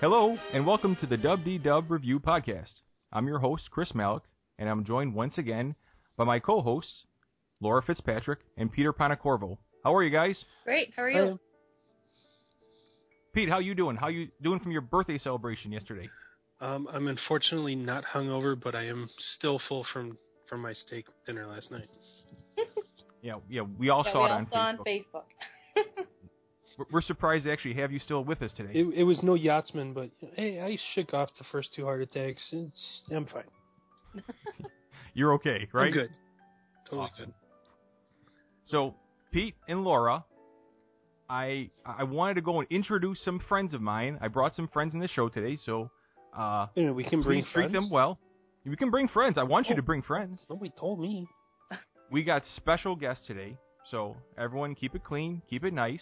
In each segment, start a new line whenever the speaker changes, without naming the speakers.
Hello, and welcome to the Dub D Dub Review Podcast. I'm your host, Chris Malik, and I'm joined once again by my co hosts, Laura Fitzpatrick and Peter Panacorvo. How are you guys?
Great. How are you?
Pete, how you doing? How you doing from your birthday celebration yesterday?
Um, I'm unfortunately not hungover, but I am still full from from my steak dinner last night.
Yeah, yeah, we all
Yeah,
saw
we
it
all
on
saw on
Facebook.
Facebook.
We're- We're surprised to actually have you still with us today.
It, it was no yachtsman, but hey, I shook off the first two heart attacks. It's, I'm fine.
You're okay, right?
I'm good. Totally
Awesome. So, Pete and Laura, I I wanted to go and introduce some friends of mine. I brought some friends in the show today, so uh,
good. Anyway, we can bring
please treat
friends.
them well. You can bring friends. I want you
Oh.
to bring friends.
Nobody told me.
We got special guests today, so everyone keep it clean, keep it nice.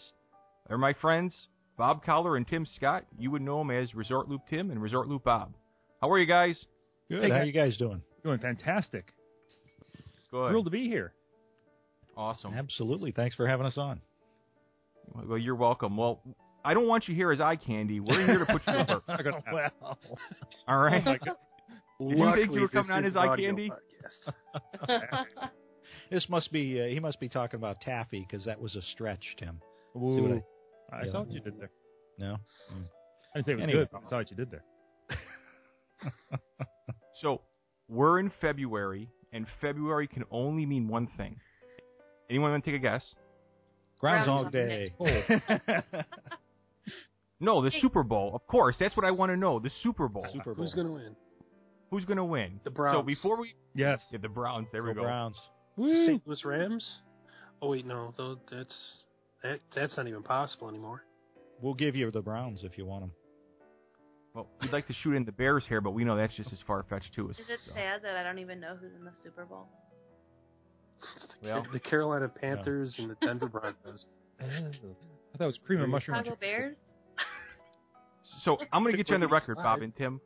They're my friends, Bob Collar and Tim Scott. You would know them as Resort Loop Tim and Resort Loop Bob. How are you guys?
Good.
Hey,
How
guy-
you guys doing? Doing fantastic.
Good.
Thrilled to be here.
Awesome.
Absolutely. Thanks for having us on.
Well, you're welcome. Well, I don't want you here as eye candy. We're here to put you to work.
well,
All
oh
right.
my God.
Did you think you were coming on as eye candy?
This must be uh, he must be talking about taffy because that was a stretch, Tim. See what
Ooh.
I-
I,
Yeah.
saw what you did there.
no,
I didn't say it was
Anyway.
good, but I saw what you did there.
So we're in February, and February can only mean one thing. Anyone want to take a guess?
Groundhog
Groundhog Day.
No, the Super Bowl. Of course, that's what I want to know. The Super
Oh,
Bowl.
Super Bowl.
Who's gonna win?
Who's going to win?
The Browns.
So before we
Yes.
yeah, the Browns. There we
Go
go.
Browns.
The
Woo.
St. Louis Rams. Oh wait, no, though that's that that's not even possible anymore.
We'll give you the Browns if you want them.
Well, we'd like to shoot in the Bears here, but we know that's just as far fetched to us.
Is it
so.
sad that I don't even know who's in the Super Bowl?
The,
Well.
the Carolina Panthers and the Denver Broncos.
I thought it was cream and mushroom.
Chicago Bears?
So I'm going to
Stick
get you on the
with me.
record, Bob and Tim.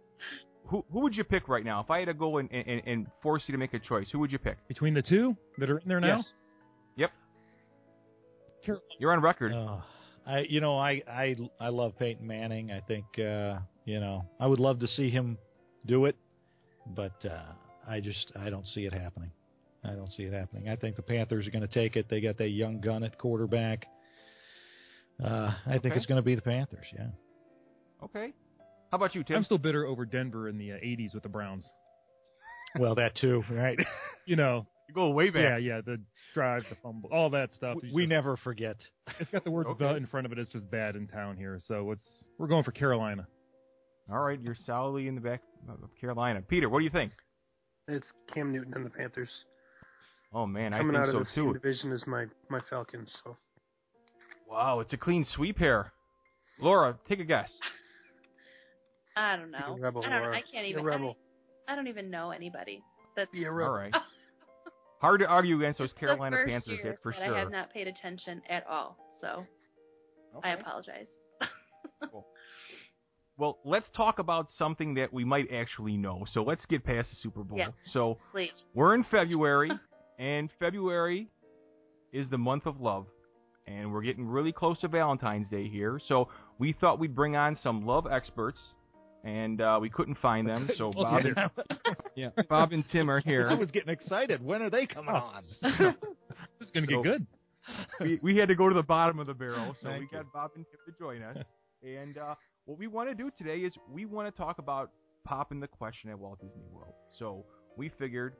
Who who would you pick right now? If I had to go and, and, and force you to make a choice, who would you pick?
Between the two that are in there now?
Yes. Yep. You're on record.
Oh, I you know I I I love Peyton Manning. I think uh, you know I would love to see him do it, but uh, I just I don't see it happening. I don't see it happening. I think the Panthers are going to take it. They got that young gun at quarterback. Uh, I
Okay.
think it's going to be the Panthers. Yeah.
Okay. How about you,
I'm
Tim?
still bitter over Denver in the uh, 80s with the Browns.
Well, that too, right?
You know,
go way back.
yeah, yeah, the drive, the fumble, all that stuff. It's
we
just-
never forget.
It's got the word
Okay.
the in front of it. It's just bad in town here. So it's we're going for Carolina.
All right, you're solidly in the back of Carolina. Peter, what do you think?
It's Cam Newton and the Panthers.
Oh man,
coming
I
out
think
of
so
the same
too.
division as my my Falcons. So
Wow, it's a clean sweep here. Laura, take a guess.
I don't know.
You're a rebel,
I don't.
Laura.
I can't
You're a
even.
rebel.
I, I don't even know anybody. That's
be a
All
rebel.
right. Hard to argue against those
it's the
Carolina
first
Panthers,
year
that's for
that
sure.
I have not paid attention at all, so I
Okay.
apologize.
Well, let's talk about something that we might actually know. So let's get past the Super Bowl.
Yes.
So
Please.
we're in February, and February is the month of love. And we're getting really close to Valentine's Day here. So we thought we'd bring on some love experts, and uh, we couldn't find them. So Bob and, yeah, Bob and Tim are here. Oh.
I was getting excited. When are they coming on?
It's going to
So-
get good.
we, we had to go to the bottom of the barrel, so
Thank
we
you.
got Bob and Tim to join us. And uh, what we want to do today is we want to talk about popping the question at Walt Disney World. So we figured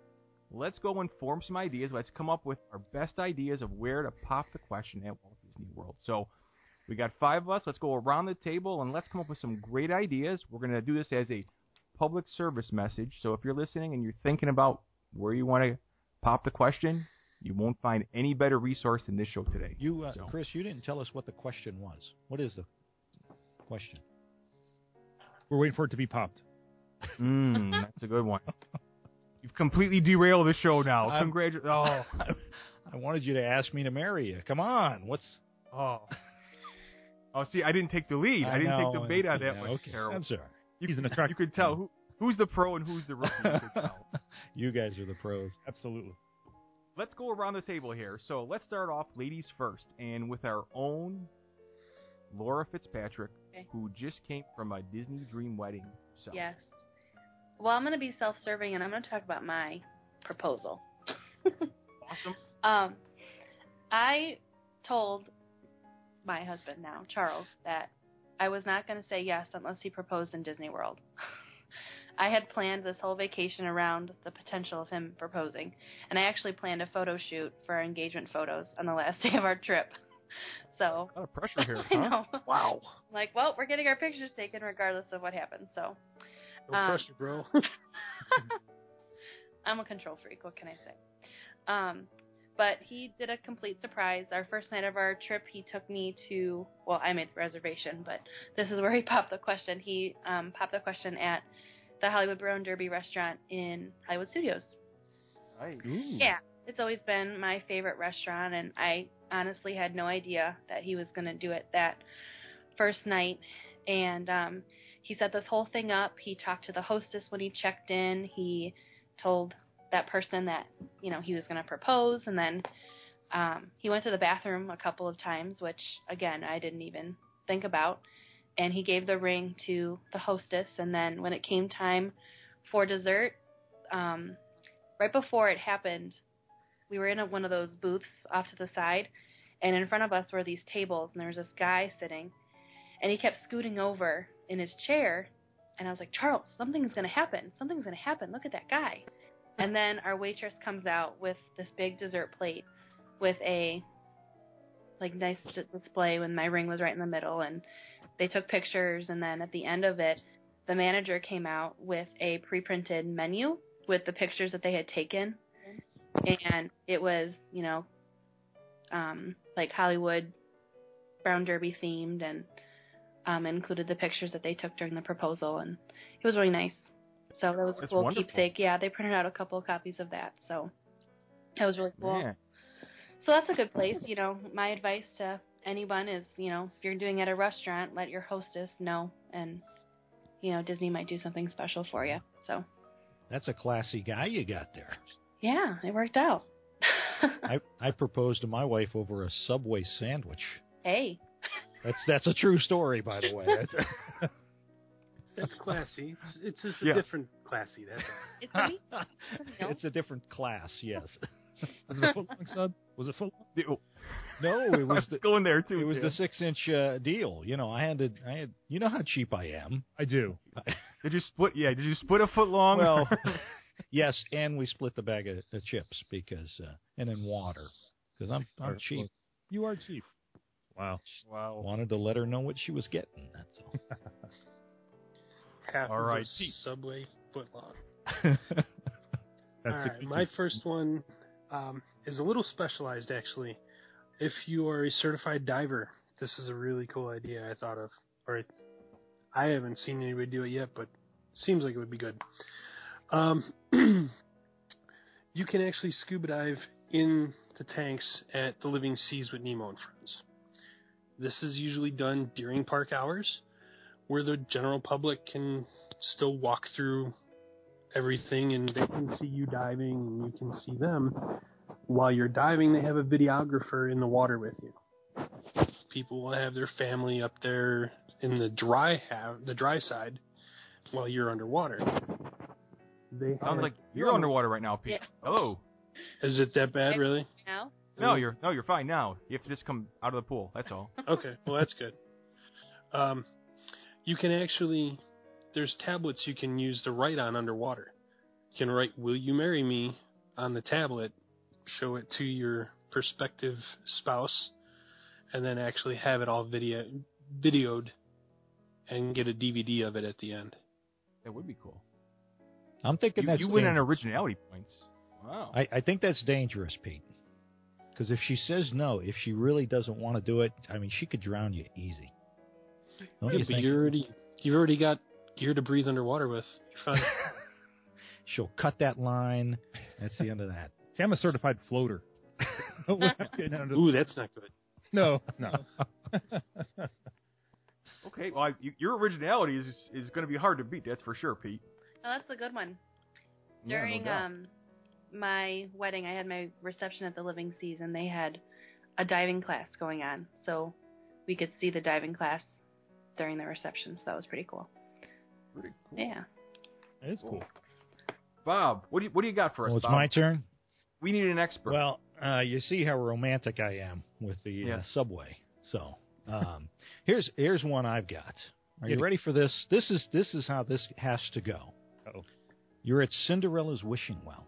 let's go and form some ideas. Let's come up with our best ideas of where to pop the question at Walt Disney World. So we got five of us. Let's go around the table and let's come up with some great ideas. We're going to do this as a public service message. So if you're listening and you're thinking about where you want to pop the question, you won't find any better resource than this show today.
You, uh,
So-
Chris, you didn't tell us what the question was. What is the question?
We're waiting for it to be popped.
Mm, that's a good one. You've completely derailed the show now.
I'm-
Congratu- oh,
I wanted you to ask me to marry you. Come on, what's
oh. Oh, see, I didn't take the lead. I, didn't
know,
take the bait on that
yeah,
one.
Okay,
Carol.
I'm sorry.
You,
He's an
could-
attractive
You could tell who who's the pro and who's the rookie. You could tell.
You guys are the pros.
Absolutely.
Let's go around the table here. So let's start off ladies first, and with our own Laura Fitzpatrick,
Okay.
who just came from a Disney Dream Wedding. So
Yes. Well, I'm going to be self serving and I'm going to talk about my proposal.
awesome.
Um, I told my husband now, Charles, that I was not going to say yes unless he proposed in Disney World. I had planned this whole vacation around the potential of him proposing, and I actually planned a photo shoot for our engagement photos on the last day of our trip. So
A lot of pressure here.
I
huh?
know,
Wow.
like, well, we're getting our pictures taken regardless of what happens. So
No
Um,
pressure, bro.
I'm a control freak. What can I say? Um, but he did a complete surprise. Our first night of our trip, he took me to. Well, I made the reservation, but this is where he popped the question. He um, popped the question at the Hollywood Brown Derby restaurant in Hollywood Studios.
Nice.
Yeah, it's always been my favorite restaurant, and I honestly had no idea that he was going to do it that first night. And um, he set this whole thing up. He talked to the hostess when he checked in. He told that person that you know he was going to propose, and then um, he went to the bathroom a couple of times, which again I didn't even think about. And he gave the ring to the hostess, and then when it came time for dessert, um, right before it happened, we were in a, one of those booths off to the side, and in front of us were these tables, and there was this guy sitting, and he kept scooting over in his chair, and I was like, Charles, something's gonna happen, something's gonna happen. Look at that guy. And then our waitress comes out with this big dessert plate with a like nice d- display when my ring was right in the middle, and they took pictures, and then at the end of it, the manager came out with a pre-printed menu with the pictures that they had taken, and it was you know, um, like Hollywood Brown Derby themed, and um, included the pictures that they took during the proposal, and it was really nice. So that was a
That's
cool
wonderful.
keepsake. Yeah, they printed out a couple of copies of that, so that was really cool.
Man.
So that's a good place. You know, my advice to anyone is, you know, if you're doing it at a restaurant, let your hostess know, and you know, Disney might do something special for you. So
That's a classy guy you got there.
yeah, it worked out.
I I proposed to my wife over a Subway sandwich.
hey,
That's that's a true story, by the way. That's-
That's classy. It's, it's just a
Yeah.
different classy. That's all.
it's me.
it's a different class, yes. was it a foot long sub? Was it foot? long?
The- oh,
No, it was the
going there too.
it was
Tim.
the six inch uh, deal. You know, I had to. I had. You know how cheap I am.
I do.
Did you split? Yeah. Did you split a foot long?
Well, yes, and we split the bag of, of chips because, uh, and then water because I'm I'm cheap.
You are cheap. Wow.
wow.
Wanted to let her know what she was getting. That's all.
Half
All
of
right.
a Subway footlong.
That's
All
the
right,
key.
my first one um, is a little specialized, actually. If you are a certified diver, this is a really cool idea I thought of. Or I- I haven't seen anybody do it yet, but seems like it would be good. Um, you can actually scuba dive in the tanks at the Living Seas with Nemo and Friends. This is usually done during park hours, where the general public can still walk through everything and they can see you diving and you can see them. While you're diving, they have a videographer in the water with you. People will have their family up there in the dry ha- the dry side while you're underwater. They have-
Sounds like you're underwater right now, Pete.
Yeah.
Hello.
Is it that bad, really?
Now,
No, you're no, you're fine now. You have to just come out of the pool. That's all.
okay. Well, that's good. Um, you can actually there's tablets you can use to write on underwater. You can write "Will you marry me" on the tablet, show it to your prospective spouse, and then actually have it all video videoed and get a DVD of it at the end.
That would be cool.
I'm thinking
You,
that's
you win on
dan-
originality points. Wow.
I, I think that's dangerous, Pete. Because if she says no, if she really doesn't want to do it, I mean, she could drown you easy. Don't
Yeah,
you
but
think?
you already you've already got gear to breathe underwater with. You're fine.
She'll cut that line. That's the end of that.
See, I'm a certified floater. Getting under the-
Ooh, that's not good.
no, no.
Okay. Well, I, you, your originality is is going to be hard to beat. That's for sure, Pete.
no, Oh, that's a good one.
Yeah, no
during
doubt.
um my wedding I had my reception at the Living Seas and they had a diving class going on. So we could see the diving class during the reception, so that was pretty cool.
Pretty cool.
Yeah.
It is cool.
Bob, what do you, what do you got for us?
Well, it's
Bob?
my turn.
We need an expert.
Well, uh, you see how romantic I am with the uh,
Yes.
subway. So um, here's here's one I've got. Are you
Yeah.
ready for this? This is this is how this has to go.
Uh-oh.
You're at Cinderella's wishing well.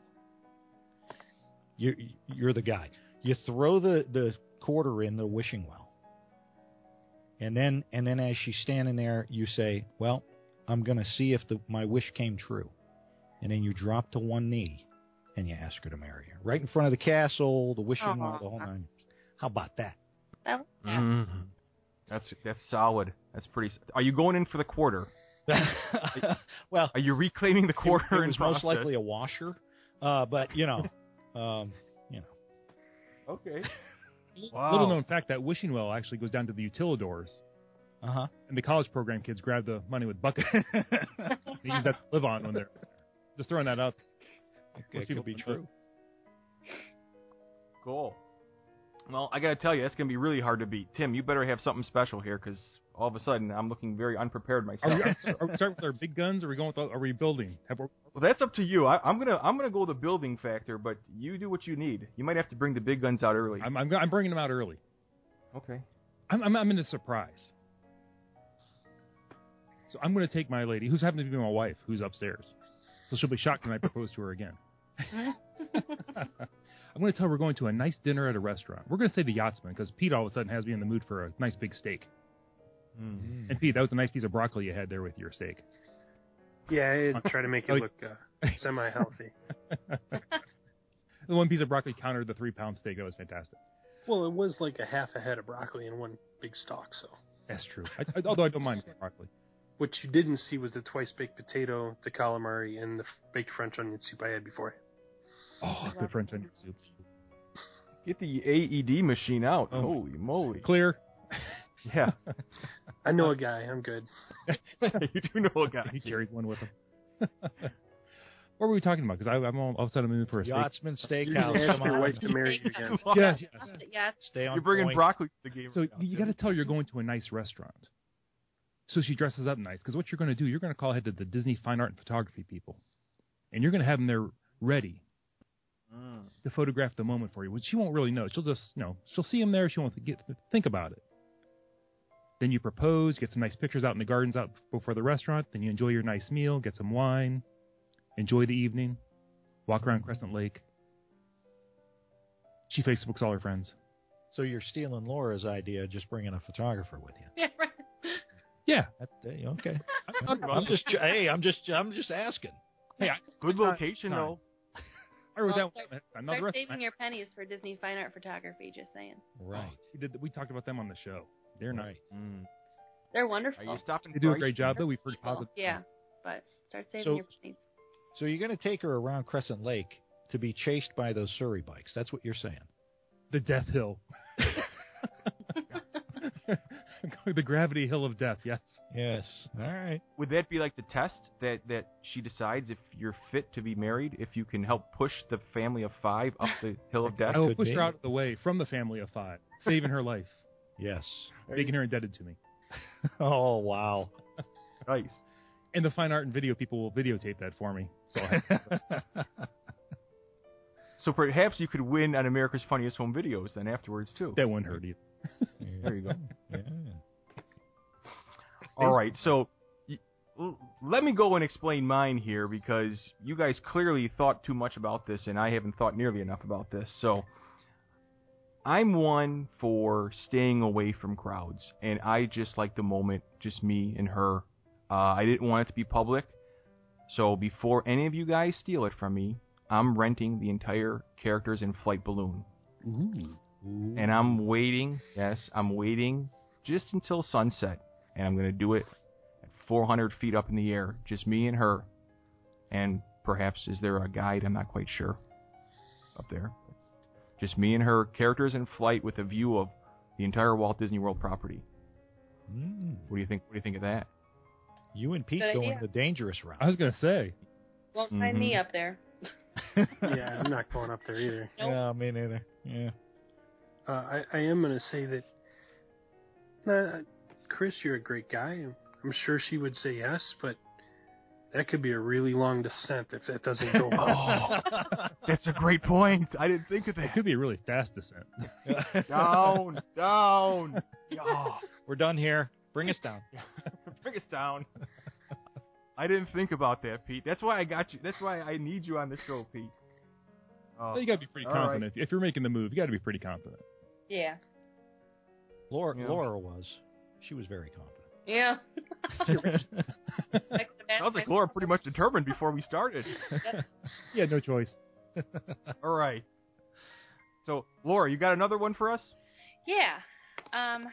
You you're the guy. You throw the the quarter in the wishing well, and then and then as she's standing there, you say, "Well, I'm going to see if the, my wish came true," and then you drop to one knee and you ask her to marry her right in front of the castle, the wishing well, the whole
Aw.
nine. How about that?
That-
mm-hmm.
Mhm. That's that's solid. That's pretty. s- Are you going in for the quarter?
well,
Are you reclaiming the
it-
quarter?
it,
in
was
process?
most likely a washer, uh, but you know, um, you know,
Okay.
Oh.
Little
Wow.
known fact that wishing well actually goes down to the utilidors,
uh huh.
and the college program kids grab the money with buckets. they use that to live on when they're just throwing that out.
It
people
could be
don't
true.
Cool. Well, I gotta tell you, that's gonna be really hard to beat. Tim, you better have something special here, because all of a sudden I'm looking very unprepared
Are
myself.
we, are, are we starting with our big guns? Or are we going with? Are we building? Have we,
Well, that's up to you. I, I'm gonna I'm gonna go with the building factor, but you do what you need. You might have to bring the big guns out early.
I'm, I'm I'm bringing them out early.
okay.
I'm, I'm, I'm in a surprise. So I'm going to take my lady, who's happened to be my wife, who's upstairs. So she'll be shocked when I propose to her again. I'm going to tell her we're going to a nice dinner at a restaurant. We're going to say the Yachtsman because Pete all of a sudden has me in the mood for a nice big steak.
Mm.
And Pete, that was a nice piece of broccoli you had there with your steak.
Yeah, I try to make it
Oh,
look uh, semi-healthy.
The one piece of broccoli countered the three pound steak. That was fantastic.
Well, it was like a half a head of broccoli in one big stalk. So
That's true. I, I- although I don't mind broccoli.
what you didn't see was the twice baked potato, the calamari, and the f- baked French onion soup I had before.
Oh, good French onion soup.
Get the AED machine out.
Oh.
Holy moly.
Clear.
Yeah.
I know a guy. I'm good.
you do know a guy.
He carries one with him. what were we talking about? Because I'm all, all of a sudden I'm in the mood for a steak.
Yachtsman
You need to
Steakhouse.
ask
Come
your
on.
wife to marry you again.
Yes, yes.
Yeah,
Stay on
You're bringing
point.
broccoli to the game.
So
right now,
you
Tim.
got to tell her you're going to a nice restaurant. So she dresses up nice because what you're going to do, you're going to call ahead to the Disney Fine Art and Photography people, and you're going to have them there ready
Mm.
to photograph the moment for you. Which she won't really know. She'll just, you know, she'll see him there. She won't get think about it. Then you propose, get some nice pictures out in the gardens out before the restaurant. Then you enjoy your nice meal, get some wine, enjoy the evening, walk around Crescent Lake. She Facebooks all her friends.
So you're stealing Laura's idea, just bringing a photographer with you.
yeah, right.
Yeah.
That, uh, okay.
Nothing wrong
I'm
with
just hey, I'm just I'm just asking.
it. good location
Time.
though.
I wrote
Well,
that one down. I'm not the
Start
rest-
saving your pennies for Disney Fine Art Photography, just saying.
Right.
We did- we talked about them on the show. They're nice.
right.
They're
Mm. Are
wonderful.
you stopping?
They do a
Bryce?
great job, though. We've heard
Wonderful.
positive.
Yeah, but start saving
So-
your pennies.
So you're going to take her around Crescent Lake to be chased by those Surrey bikes. That's what you're saying.
The Death Hill. the Gravity Hill of Death. Yes.
Yes. All right.
Would that be like the test that that she decides if you're fit to be married, if you can help push the family of five up the hill of death?
I will
could
push
be.
her out of the way from the family of five, saving her life,
Yes.
making her indebted to me.
Oh wow.
Nice.
And the fine art and video people will videotape that for me. So I
So perhaps you could win on America's Funniest Home Videos then afterwards too.
that wouldn't hurt either.
There you go.
Yeah.
All right, so y- l- let me go and explain mine here because you guys clearly thought too much about this, and I haven't thought nearly enough about this. So I'm one for staying away from crowds, and I just like the moment, just me and her. Uh, I didn't want it to be public, so before any of you guys steal it from me, I'm renting the entire characters in Flight Balloon
Ooh.
and I'm waiting. Yes, I'm waiting just until sunset, and I'm gonna do it at 400 feet up in the air, just me and her, and perhaps is there a guide? I'm not quite sure. Up there, just me and her, characters in flight with a view of the entire Walt Disney World property.
Mm.
What do you think? What do you think of that?
You and Pete
Good
going
idea.
the dangerous
I
route.
was gonna say.
Won't find me
Mhm.
up there.
Yeah, I'm not going up there either.
Yeah, me neither. Yeah.
Uh, I, I am going to say that Nah, Chris, you're a great guy. I'm sure she would say yes, but that could be a really long descent if that doesn't go well.
That's a great point. I didn't think of
It
that.
could be a really fast descent.
down, down. Yeah.
We're done here. Bring us down.
Bring us down. I didn't think about that, Pete. That's why I got you. That's why I need you on the show, Pete. Oh.
you got to be pretty
All right.
confident. If you're making the move, you got to be pretty confident.
Yeah.
Laura,
Yeah.
Laura was. She was very
Yeah.
confident.
Next
Sounds like Laura pretty much determined before we started.
Yeah, no choice.
All right. So, Laura, you got another one for us?
Yeah. Um,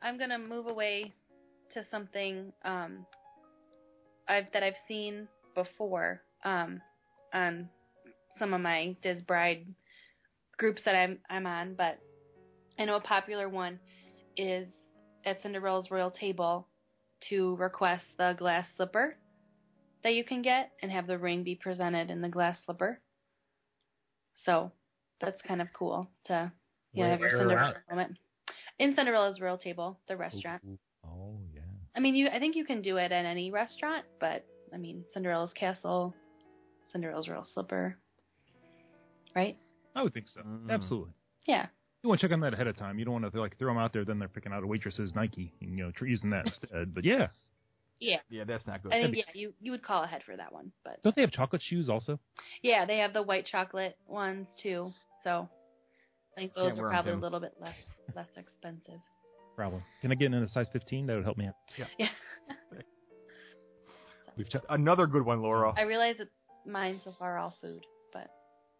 I'm gonna move away to something um, I've that I've seen before um, on some of my Diz Bride groups that I'm I'm on, but I know a popular one is at Cinderella's Royal Table to request the glass slipper that you can get and have the ring be presented in the glass slipper. So that's kind of cool to you know,
Where-
have your
where
Cinderella
at?
moment. In Cinderella's Royal Table, the restaurant.
Mm-hmm.
Oh yeah.
I mean, you. I think you can do it at any restaurant, but I mean, Cinderella's Castle, Cinderella's Royal Slipper, right?
I would think so.
Mm.
Absolutely.
Yeah.
You want to check on that ahead of time. You don't want to like throw them out there, then they're picking out a waitress's Nike, and, you know, tr- using that instead. But yeah,
Yeah.
Yeah, that's not good.
I think yeah, you you would call ahead for that one, but
don't they have chocolate shoes also?
yeah, they have the white chocolate ones too, so I think those
Can't wear
are
'em,
probably a
Tim.
little bit less less expensive.
Problem. Can I get in a size 15? That would help me out.
Yeah.
We've ta-
Another good one, Laura.
I realize that mine so far are all food, but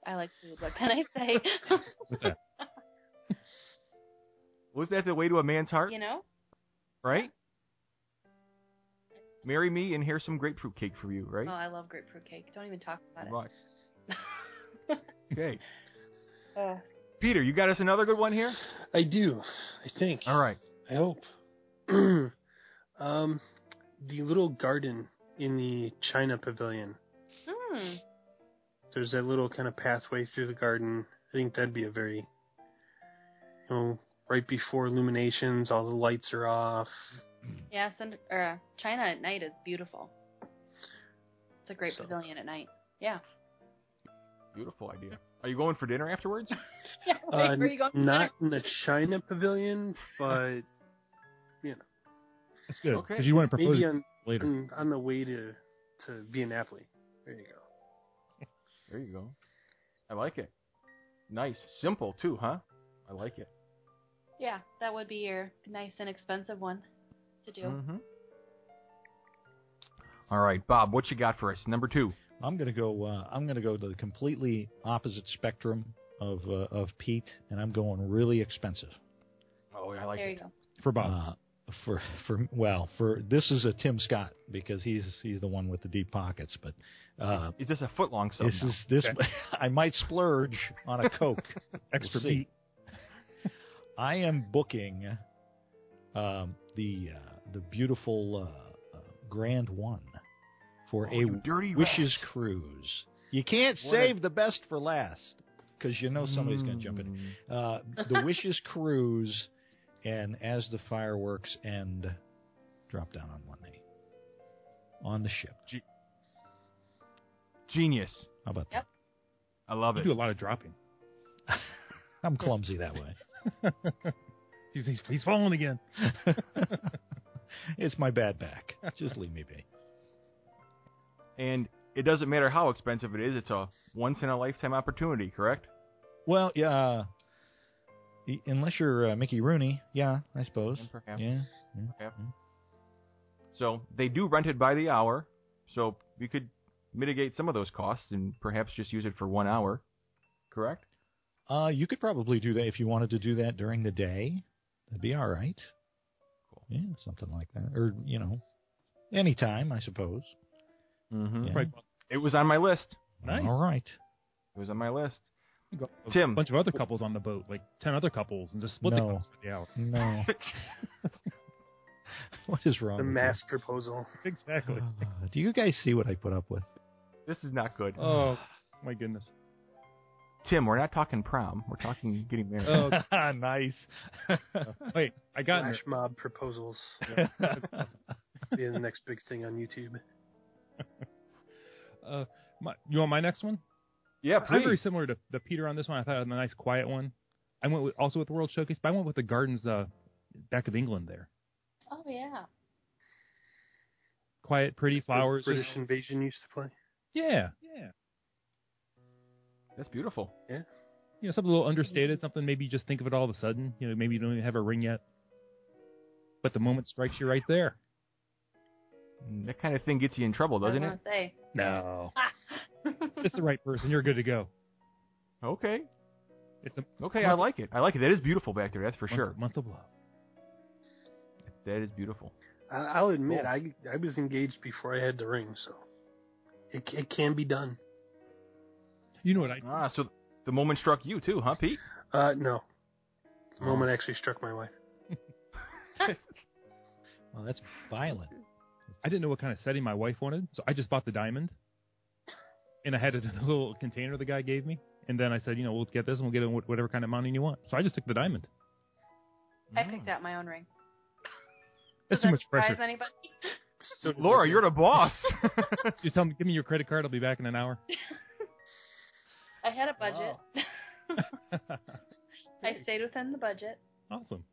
I like food. What can I say?
With that.
Was that the way to a man's heart?
you know?
Right? Marry me and here's some grapefruit cake for you, right?
Oh, I love grapefruit cake. Don't even talk about it.
Right. Okay.
Uh,
Peter, you got us another good one here?
I do, I think.
All right.
I hope. um, the little garden in the China Pavilion.
hmm.
There's that little kind of pathway through the garden. I think that'd be a very, you know, right before illuminations, all the lights are off.
Yeah, Cinder- or, uh, China at night is beautiful. It's a great
So-
pavilion at night.
Beautiful idea. Are you going for dinner afterwards?
Yeah, right,
Uh,
where you going?
Not in the China Pavilion, but
That's good.
Okay.
Because you want to propose
maybe
it
on,
later.
on the way to to be in Napoli. There you go.
There you go. I like it. Nice. Simple, too, huh? I like it.
Yeah, that would be your nice and expensive one to do.
Mm-hmm. All right, Bob, what you got for us? Number two.
I'm gonna go. Uh, I'm gonna go to the completely opposite spectrum of uh, of Pete, and I'm going really expensive.
Oh, I like
there
it.
you go.
for Bob.
Uh, for for well, for this is a Tim Scott because he's he's the one with the deep pockets. But uh,
Is this a foot long sub?
this is this. I might splurge on a Coke.
Extra
see.
beat.
I am booking um, the uh, the beautiful uh, uh, Grand One for
Oh,
a
you dirty
Wishes
rat.
cruise. You can't
What a-
save the best for last because you know somebody's going to jump in.
Mm.
Uh, the Wishes cruise, and as the fireworks end, drop down on one knee on the ship.
Genius.
How about
Yep.
I love
You
it.
do a lot of dropping.
that? I'm clumsy that way.
He's, he's, he's falling again.
it's my bad back. Just leave me be.
And it doesn't matter how expensive it is, it's a once in a lifetime opportunity, correct?
Well, yeah. Uh, y- unless you're uh, Mickey Rooney, yeah, I suppose.
And perhaps-
Yeah.
So they do rent it by the hour, so you could mitigate some of those costs and perhaps just use it for one hour, correct?
Uh, you could probably do that if you wanted to do that during the day. That'd be all right.
Cool.
Yeah, something like that, or you know, anytime I suppose.
Mm-hmm.
Yeah.
Right.
It was on my list.
Nice.
All right.
It was on my list.
You got a
Tim.
bunch of other couples on the boat, like 10 other couples, and just split
No.
the cost for the hour.
No. what is wrong?
The
with
mass proposal.
you?
Exactly.
Uh, do you guys see what I put up with?
This is not good.
oh, my goodness.
Tim, we're not talking prom. We're talking getting married.
Oh, okay.
nice.
wait, I got it.
Flash mob proposals be the next big thing on YouTube.
Uh, my, you want my next one?
yeah,
I'm very
please.
similar to, to Peter on this one. I thought I had a nice quiet one. I went with, also with the World Showcase, but I went with the gardens uh, back of England there.
Oh yeah.
Quiet, pretty flowers.
British
just-
Invasion used to play.
yeah, yeah.
That's beautiful.
You know, something a little understated, something maybe you just think of it all of a sudden. You know, maybe you don't even have a ring yet, but the moment strikes you right there.
Mm, That kind of thing gets you in trouble, doesn't
I
it?
was gonna say.
No,
Ah.
it's the right person. You're good to go.
Okay.
It's a
Okay, I like it. I like it. That is beautiful back there. That's for
month,
sure.
month of love.
That is beautiful.
I, I'll admit,
Cool.
I I was engaged before I had the ring, so it c- it can be done.
You know what I?
Ah, so the moment struck you too, huh, Pete?
Uh, no,
Oh.
the moment actually struck my wife.
Well, that's violent.
I didn't know what kind of setting my wife wanted, so I just bought the diamond, and I had it in a little container the guy gave me. And then I said, you know, we'll get this and we'll get it in wh- whatever kind of mounting you want. So I just took the diamond.
Mm.
I picked out my own ring. Does
That's too
that
much pressure.
surprise anybody?
So did
Laura,
Lizzie.
you're the boss.
Just tell me, give me your credit card. I'll be back in an hour.
I had a budget. I
Hey.
stayed within the budget.
awesome.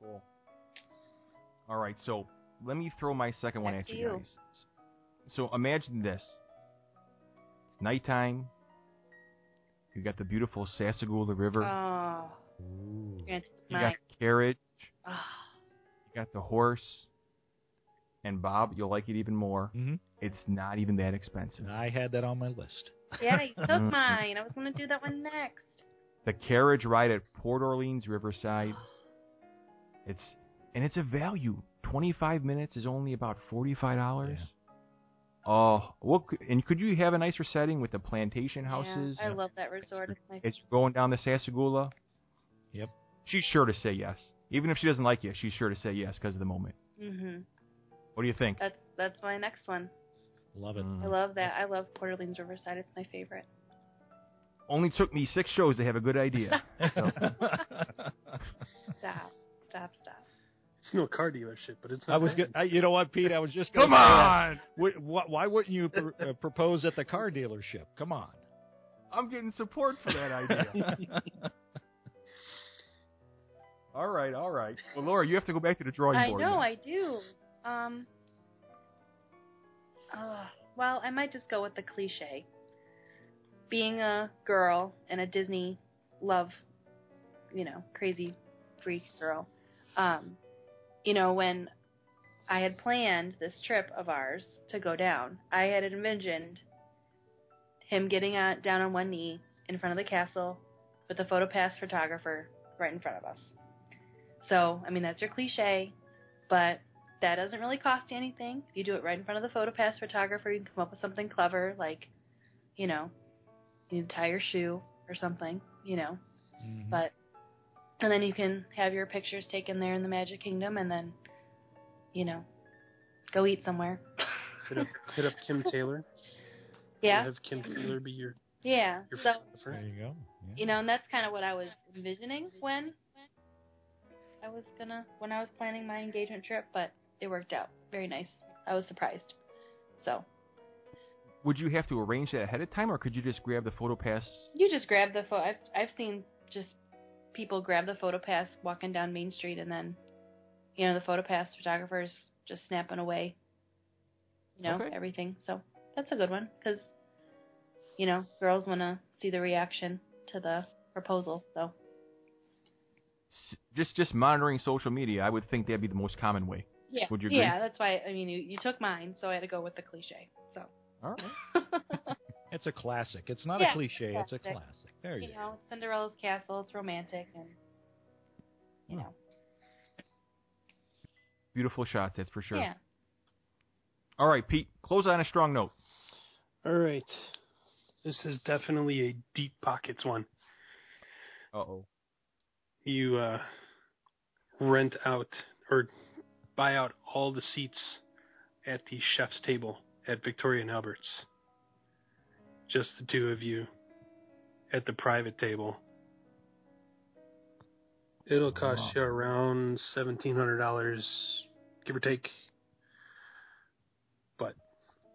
cool. All right, so let me throw my second one
Back
at
to
you,
you.
guys. So imagine this: it's nighttime. You got the beautiful Sassagoula River.
Oh, and it's
you got
mine.
the carriage.
Ah.
You got the horse. And Bob, you'll like it even more.
Mhm.
It's not even that expensive.
I had that on my list.
Yeah, you took
Mm.
mine. I was gonna do that one next.
the carriage ride at Port Orleans Riverside. It's and it's a value. Twenty five minutes is only about forty five dollars. Oh, what? c- And could you have a nicer setting with the plantation houses?
Yeah, I love that resort. It's my
As you're going down the Sassagoula.
Yep.
She's sure to say yes, even if she doesn't like you. She's sure to say yes because of the moment.
hmm
What do you think?
That's that's my next one.
Love it.
Mm.
I love that. I love Port Orleans Riverside. It's my favorite.
Only took me six shows to have a good idea. So,
Stop, stop, stop.
It's no car dealership, but it's. Not
I was
bad.
good. You know what, Pete? I was just gonna
Come
say
on!
That. Wh- wh- Why wouldn't you pr- uh, propose at the car dealership? Come on.
I'm getting support for that idea. all right, all right. Well, Laura, you have to go back to the drawing
I
board.
know,
now.
I do. Um. Uh, well, I might just go with the cliche. Being a girl and a Disney love, you know, crazy freak girl. Um, you know, when I had planned this trip of ours to go down, I had envisioned him getting on, down on one knee in front of the castle with a photopass photographer right in front of us. So, I mean, that's your cliche, but that doesn't really cost you anything. If you do it right in front of the photopass photographer, you can come up with something clever, like, you know, you need to tie your shoe or something, you know.
Mm-hmm.
But, and then you can have your pictures taken there in the Magic Kingdom and then, you know, go eat somewhere.
Hit up, hit up Kim Taylor.
yeah?
Have Kim Taylor be your
Yeah.
your
So,
There
photographer.
you go.
you know, and that's kind of what I was envisioning when I was gonna when I was planning my engagement trip, but it worked out very nice. I was surprised. So
Would you have to arrange that ahead of time, or could you just grab the photo pass?
you just grab the photo. I've I've seen just people grab the photo pass walking down Main Street, and then you know the photo pass photographers just snapping away. You know
Okay.
everything. So that's a good one because you know girls want to see the reaction to the proposal. So
S- Just just monitoring social media, I would think that'd be the most common way.
yeah,
Would you agree?
yeah, that's why. I mean, you you took mine, so I had to go with the cliche. So.
All right.
It's a classic. It's not
Yeah,
a cliche. It's a
classic.
classic. There you
you
go.
know, it's Cinderella's castle. It's romantic, and you know,
Beautiful shot, that's for sure.
yeah.
All right, Pete, close on a strong note.
All right, this is definitely a deep pockets one.
Uh oh.
you uh, rent out or buy out all the seats at the chef's table at Victoria and Albert's. Just the two of you at the private table. It'll cost
Wow.
you around seventeen hundred dollars, give or take. But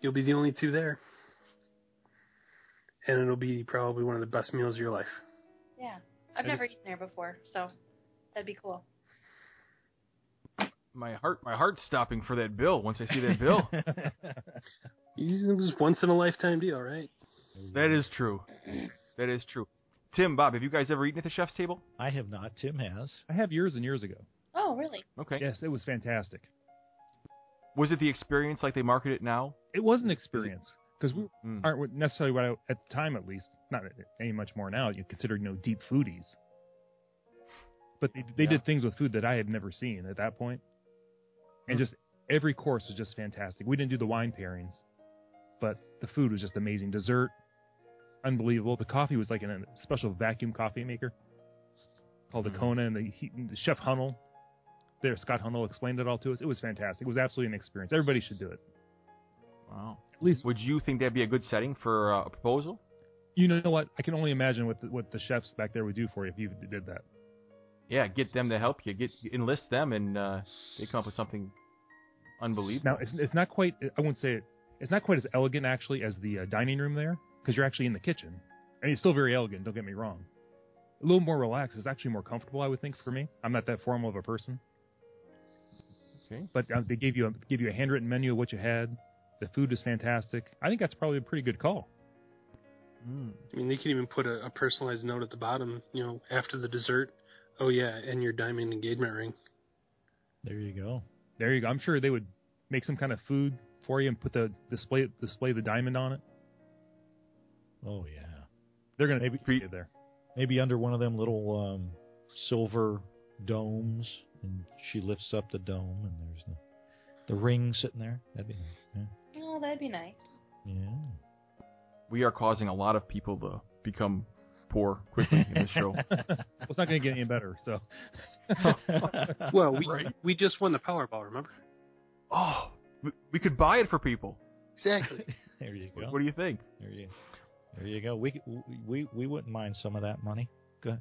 you'll be the only two there, and it'll be probably one of the best meals of your life.
Yeah. I've
And-
never eaten there before, so that'd be cool.
My heart, my heart's stopping for that bill. Once I see that bill,
It was once in a lifetime deal, right?
that is true. That is true. Tim, Bob, have you guys ever eaten at the chef's table?
I have not. Tim has.
I have years and years ago.
Oh, really?
Okay.
Yes, it was fantastic.
Was it the experience like they market it now?
It was an experience because we
Mm.
aren't necessarily what I, at the time, at least, not any much more now. You considered you know deep foodies, but they, they
Yeah.
did things with food that I had never seen at that point, and
Mm.
just every course was just fantastic. We didn't do the wine pairings, but the food was just amazing. Dessert, unbelievable. The coffee was like in a special vacuum coffee maker called
Hmm.
a Kona, and the, he, the chef Hunnell. There, Scott Hunnell explained it all to us. It was fantastic. It was absolutely an experience. Everybody should do it.
Wow.
At least
Would you think that'd be a good setting for uh, a proposal?
You know what? I can only imagine what the, what the chefs back there would do for you if you did that.
Yeah, get them to help you. Get enlist them, and uh, they come up with something unbelievable.
Now, it's, it's not quite. I wouldn't say it, it's not quite as elegant actually as the uh, dining room there because you're actually in the kitchen. I mean, it's still very elegant. Don't get me wrong. A little more relaxed. It's actually more comfortable, I would think, for me. I'm not that formal of a person,
Okay.
but uh, they gave you a, give you a handwritten menu of what you had. The food is fantastic. I think that's probably a pretty good call.
Mm.
I mean, they could even put a, a personalized note at the bottom, you know, after the dessert. Oh yeah, and your diamond engagement ring.
There you go.
There you go. I'm sure they would make some kind of food for you and put the display display the diamond on it.
Oh yeah.
They're gonna
Maybe-
treat you there.
maybe under one of them little um, silver domes, and she lifts up the dome, and there's the, the ring sitting there. That'd be nice.
Oh, that'd be nice.
Yeah.
We are causing a lot of people to become poor
yeah.
quickly in this show.
Well, it's not gonna get any better. So.
Well, we
Right.
we just won the Powerball, remember?
oh, we, we could buy it for people.
Exactly.
there you go.
What do you think?
There you. There you go. We could- we we wouldn't mind some of that money. Good.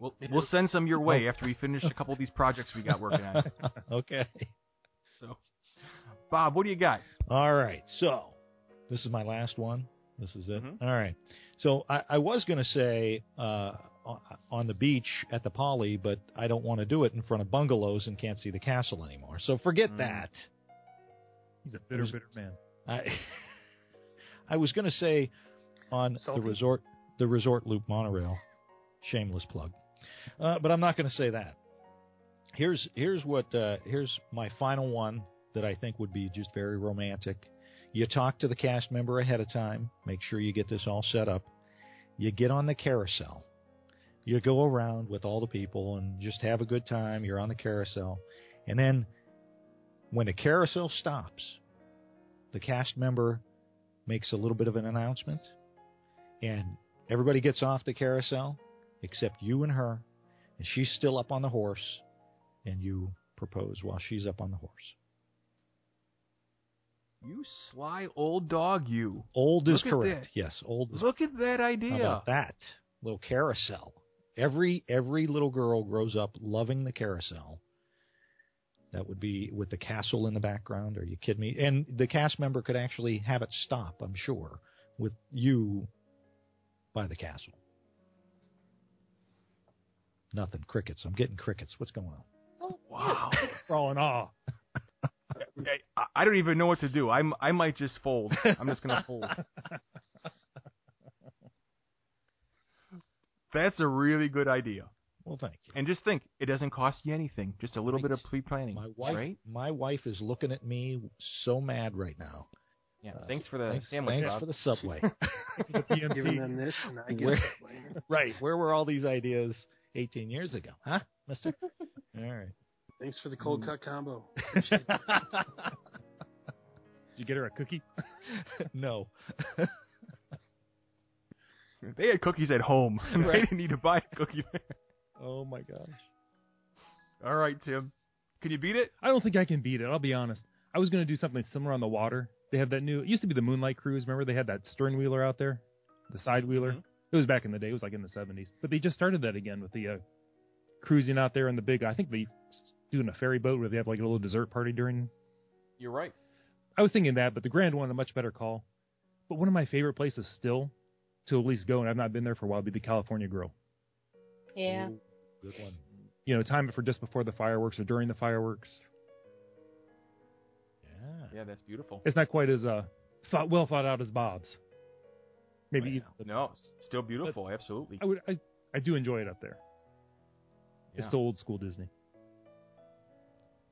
We'll, we'll send some your
Oh.
way after we finish a couple of these projects we got working on.
okay.
So, Bob, what do you got?
All right. So this is my last one. This is it.
Mhm.
All right. So I, I was going to say uh, on- on the beach at the Poly, but I don't want to do it in front of bungalows and can't see the castle anymore. So forget
Mm.
that.
He's a bitter, bitter man.
I I was going to say on
Salty.
the resort the resort loop monorail, shameless plug, uh, but I'm not going to say that. Here's here's what uh, here's my final one that I think would be just very romantic. You talk to the cast member ahead of time. Make sure you get this all set up. You get on the carousel. You go around with all the people and just have a good time. You're on the carousel. And then when the carousel stops, the cast member makes a little bit of an announcement, and everybody gets off the carousel except you and her, and she's still up on the horse, and you propose while she's up on the horse.
You sly old dog, you.
Old is
Look at
correct.
that.
Yes, old is
Look at that
How
idea.
about that little carousel? Every every little girl grows up loving the carousel. That would be with the castle in the background. Are you kidding me? And the cast member could actually have it stop. I'm sure with you by the castle. Nothing crickets. I'm getting crickets. What's going on?
Oh,
Wow.
We're all in awe.
I, I don't even know what to do. I'm I might just fold. I'm just gonna fold. That's a really good idea.
Well, thank you.
And just think, it doesn't cost you anything. Just a little bit of
Right.
pre-planning,
My wife,
right?
my wife is looking at me so mad right now.
Yeah.
Uh,
thanks for the
thanks,
sandwich,
thanks
Bob.
for the subway.
The PMP.
Giving them this, and I get
Where-
Subway.
Right. Where were all these ideas 18 years ago? Huh, mister? all
Thanks for the cold cut combo.
right.
Did you get her a cookie?
no.
They had cookies at home. they
Right.
didn't need to buy a cookie.
Oh, my gosh.
All right, Tim. Can you beat it?
I don't think I can beat it. I'll be honest. I was going to do something similar on the water. They have that new. It used to be the Moonlight Cruise. Remember they had that stern wheeler out there, the side wheeler.
Mhm.
It was back in the day. It was like in the 70s. But they just started that again with the uh, cruising out there in the big. I think they doing a ferry boat where they have like a little dessert party during.
You're right.
I was thinking that, but the Grand one a much better call. But one of my favorite places still to at least go, and I've not been there for a while, would be the California Grill.
Yeah.
Ooh, good one.
You know, time it for just before the fireworks or during the fireworks.
Yeah.
Yeah, that's beautiful.
It's not quite as uh, thought well thought out as Bob's.
Oh,
Maybe
Wow.
No, s- still beautiful. Absolutely.
I would. I, I do enjoy it up there.
Yeah.
It's still old school Disney.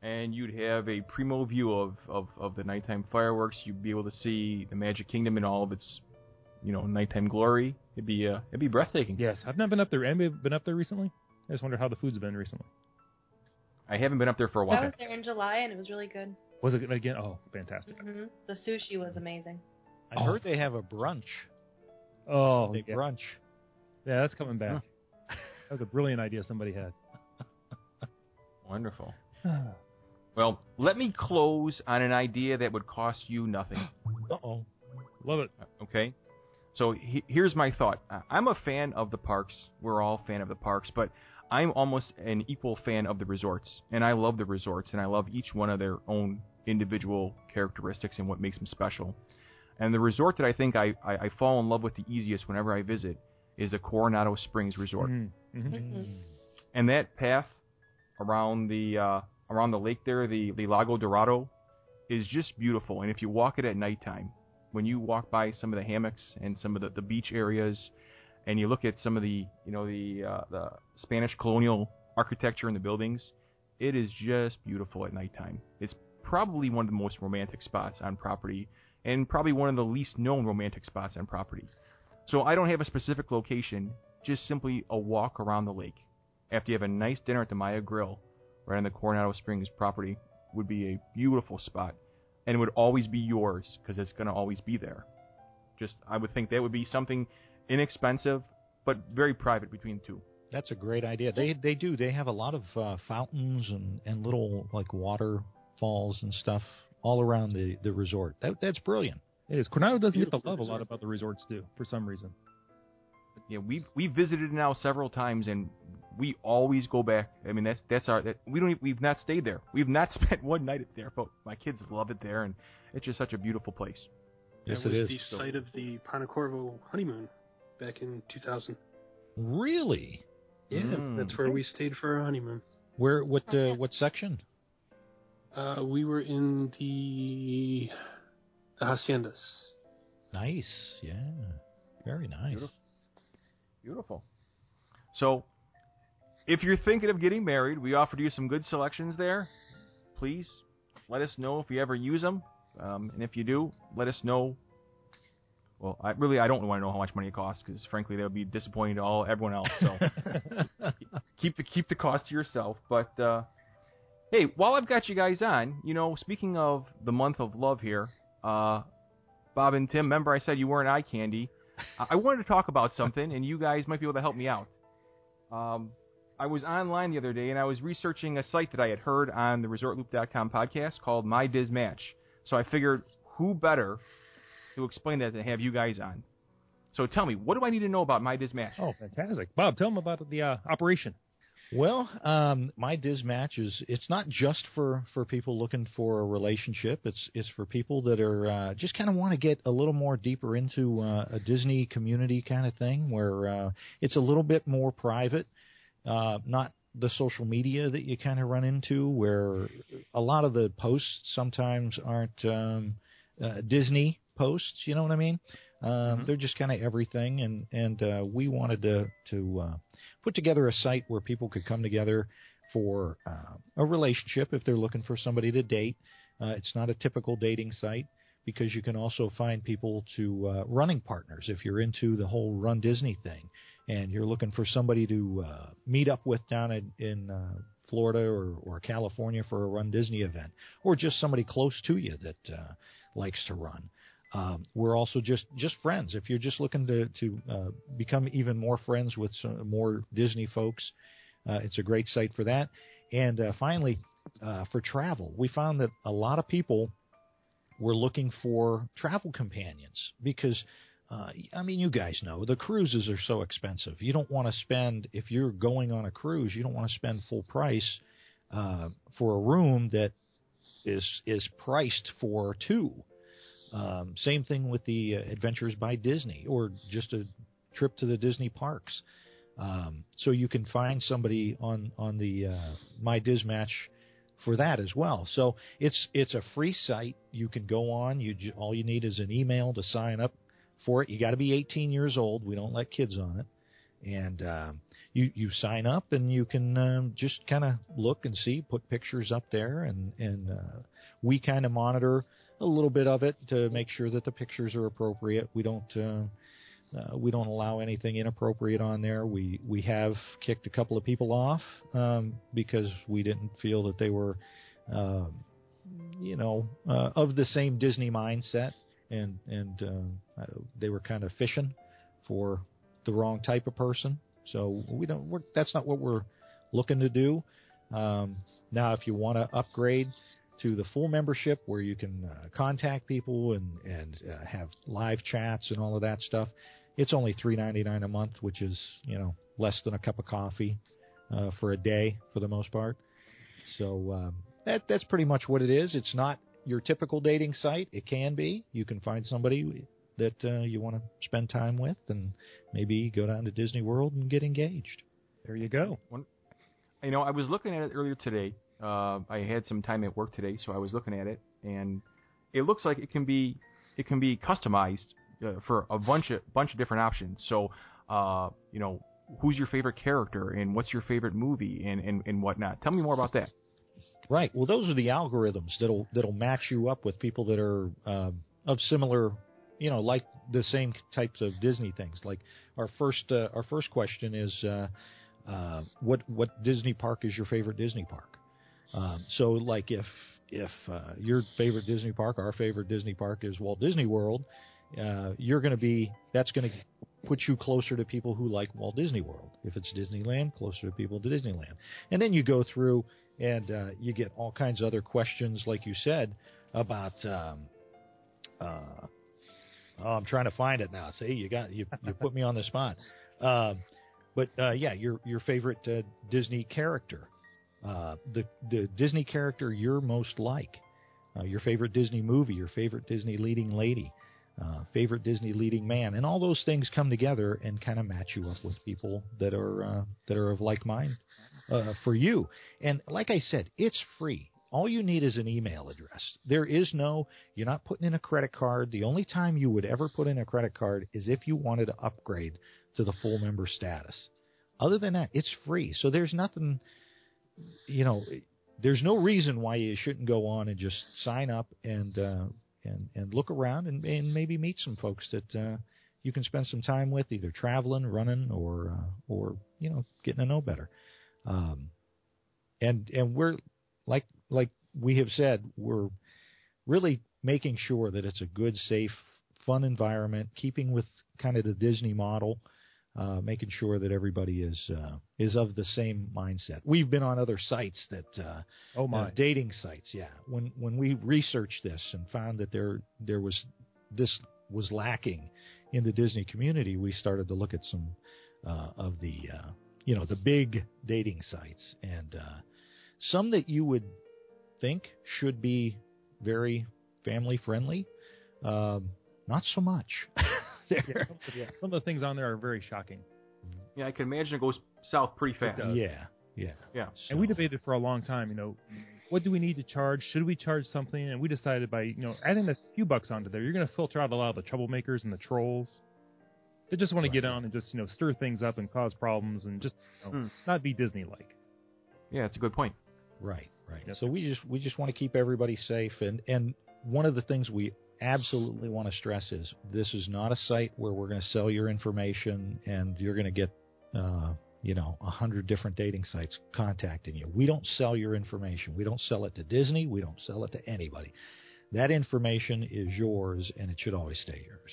and you'd have a primo view of, of, of the nighttime fireworks. You'd be able to see the Magic Kingdom in all of its, you know, nighttime glory. It'd be uh, it'd be breathtaking.
Yes, I've not been up there. Anybody been up there recently? I just wonder how the food's been recently.
I haven't been up there for a
I
while.
was there in July and it was really good.
Was it again? Oh, fantastic!
hmm The sushi was amazing.
I
Oh.
heard they have a brunch.
Oh,
Big
yeah.
brunch.
Yeah, that's coming back. That was a brilliant idea somebody had.
Wonderful. Well, let me close on an idea that would cost you nothing.
Uh oh.
Love it.
Okay. So he, here's my thought. I- I'm a fan of the parks. We're all fan of the parks, but I'm almost an equal fan of the resorts, and I love the resorts, and I love each one of their own individual characteristics and what makes them special. And the resort that I think I, I, I fall in love with the easiest whenever I visit is the Coronado Springs Resort,
Mm, mhm.
Mm-hmm.
and that path around the uh, around the lake there, the, the Lago Dorado, is just beautiful. And if you walk it at nighttime, when you walk by some of the hammocks and some of the, the beach areas, and you look at some of the you know the uh, the Spanish colonial architecture in the buildings, it is just beautiful at nighttime. It's probably one of the most romantic spots on property, and probably one of the least known romantic spots on property. So I don't have a specific location, just simply a walk around the lake after you have a nice dinner at the Maya Grill right on the Coronado Springs property would be a beautiful spot and it would always be yours because it's going to always be there. Just, I would think that would be something inexpensive but very private between the two.
That's a great idea. They they do. They have a lot of uh, fountains and, and little like waterfalls and stuff all around the, the resort. That that's brilliant.
It is. Coronado doesn't get the
Beautiful
love a lot
resort.
about the resorts do for some reason.
Yeah, we've we've visited now several times, and we always go back. I mean, that's that's our that, we don't even- we've not stayed there. We've not spent one night at there, but my kids love it there, and it's just such a beautiful place.
Yes,
that
it
was
is.
the site of the Ponte Corvo honeymoon back in 2000.
Really?
Yeah,
Mm.
that's where we stayed for our honeymoon.
Where? What? Uh,
Okay.
what section?
Uh, we were in the, the haciendas.
Nice. Yeah. Very nice.
Beautiful. Beautiful. So, if you're thinking of getting married, we offered you some good selections there. Please let us know if you ever use them, um, and if you do, let us know. Well, I really I don't want to know how much money it costs because frankly that would be disappointing to all everyone else. So keep the keep the cost to yourself. But uh, hey, while I've got you guys on, you know, speaking of the month of love here, uh, Bob and Tim, remember I said you weren't eye candy. I- I wanted to talk about something, and you guys might be able to help me out. Um, I was online the other day, and I was researching a site that I had heard on the ResortLoop.com podcast called My Diz Match. So I figured, who better to explain that than have you guys on? So tell me, what do I need to know about My Diz Match?
Oh, fantastic! Bob, tell them about the uh, operation.
Well, um, my Diz match is it's not just for for people looking for a relationship. It's it's for people that are uh, just kind of want to get a little more deeper into uh, a Disney community kind of thing, where uh, it's a little bit more private, uh, not the social media that you kind of run into, where a lot of the posts sometimes aren't um, uh, Disney posts. You know what I mean? Um,
Mhm.
They're just kind of everything, and and uh, we wanted to to uh, put together a site where people could come together for uh, a relationship if they're looking for somebody to date. Uh, it's not a typical dating site because you can also find people to uh, running partners if you're into the whole Run Disney thing and you're looking for somebody to uh, meet up with down in, in uh, Florida or, or California for a Run Disney event or just somebody close to you that uh, likes to run. Um, we're also just just friends. If you're just looking to to uh, become even more friends with some more Disney folks, uh, it's a great site for that. And uh, finally, uh, for travel, we found that a lot of people were looking for travel companions because Uh, I mean, you guys know the cruises are so expensive. You don't want to spend if you're going on a cruise. You don't want to spend full price uh, for a room that is is priced for two. Um, same thing with the uh, Adventures by Disney or just a trip to the Disney parks. Um, so you can find somebody on on the uh, My Dismatch for that as well. So it's it's a free site you can go on. You ju- all you need is an email to sign up for it. You got to be 18 years old. We don't let kids on it, and um, you you sign up and you can um, just kind of look and see, put pictures up there, and and uh, we kind of monitor a little bit of it to make sure that the pictures are appropriate. We don't. Uh, uh, we don't allow anything inappropriate on there. We we have kicked a couple of people off um, because we didn't feel that they were, um, you know, uh, of the same Disney mindset, and and um, uh, they were kind of fishing for the wrong type of person. So we don't. We're, that's not what we're looking to do. Um, now, if you want to upgrade to the full membership, where you can uh, contact people and and uh, have live chats and all of that stuff, it's only three ninety nine a month, which is you know less than a cup of coffee uh, for a day for the most part. So um, that that's pretty much what it is. It's not your typical dating site. It can be. You can find somebody that uh, you want to spend time with, and maybe go down to Disney World and get engaged.
There you go.
You know, I was looking at it earlier today. Uh, I had some time at work today, so I was looking at it, and it looks like it can be it can be customized uh, for a bunch of bunch of different options. So, uh, you know, who's your favorite character, and what's your favorite movie, and and and whatnot. Tell me more about that.
Right. Well, those are the algorithms that'll that'll match you up with people that are um, of similar, you know, like the same types of Disney things. Like our first uh, our first question is, uh, uh, what what Disney park is your favorite Disney park? Um, so, like if if uh, your favorite Disney park, our favorite Disney park is Walt Disney World, uh, you're going to be that's going to put you closer to people who like Walt Disney World. If it's Disneyland, closer to people to Disneyland. And then you go through and uh, you get all kinds of other questions, like you said, about. Um, uh, oh, I'm trying to find it now. See, you got you, you put me on the spot. Um, but uh, yeah, your your favorite uh, Disney character, uh, the the Disney character you're most like, uh, your favorite Disney movie, your favorite Disney leading lady, uh, favorite Disney leading man, and all those things come together and kind of match you up with people that are uh, that are of like mind uh, for you. And like I said, it's free. All you need is an email address. There is no, you're not putting in a credit card. The only time you would ever put in a credit card is if you wanted to upgrade to the full member status. Other than that, it's free. So there's nothing, you know, there's no reason why you shouldn't go on and just sign up and, uh, and, and look around and, and maybe meet some folks that, uh, you can spend some time with either traveling, running, or, uh, or, you know, getting to know better. Um, and and we're like like we have said we're really making sure that it's a good safe fun environment keeping with kind of the disney model uh, making sure that everybody is uh, is of the same mindset we've been on other sites that uh,
Oh
uh,
my.
dating sites. Yeah, when when we researched this and found that there there was this was lacking in the Disney community, we started to look at some uh, of the uh, you know the big dating sites and uh, some that you would think should be very family friendly, um, not so much.
yeah,
There-
some, yeah, some of the things on there are very shocking.
Yeah, I can imagine it goes south pretty fast.
does.
yeah, yeah,
Yeah.
And we
So-
debated for a long time, you know, what do we need to charge? Should we charge something? And we decided by, you know, adding a few bucks onto there, you're going to filter out a lot of the troublemakers and the trolls that just want
Right.
to get on and just, you know, stir things up and cause problems and just you know,
Hmm.
not be Disney like.
Yeah, it's a good point.
Right, right.
Yep.
So we just we just want to keep everybody safe and and one of the things we absolutely want to stress is this is not a site where we're going to sell your information and you're going to get uh, you know a hundred different dating sites contacting you. We don't sell your information. We don't sell it to Disney. We don't sell it to anybody. That information is yours and it should always stay yours.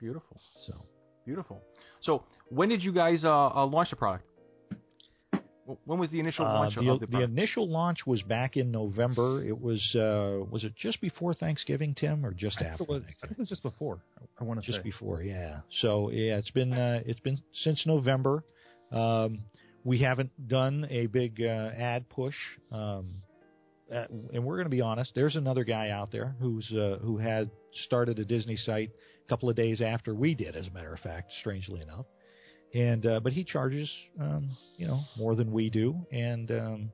Beautiful,
So
beautiful. So, when did you guys uh, uh, launch the product? W- When was the initial
Uh,
launch
the,
of the,
the
product?
initial launch was back in November. It was uh, was it just before Thanksgiving, Tim, or just
I think
after?
it was, I
Thanksgiving?
think it was just before. I want to
just
say.
before yeah so yeah it's been uh, it's been since november um, we haven't done a big uh, ad push um, uh, and we're going to be honest there's another guy out there who's uh, who had started a disney site a couple of days after we did as a matter of fact strangely enough and uh, but he charges um, you know more than we do and um,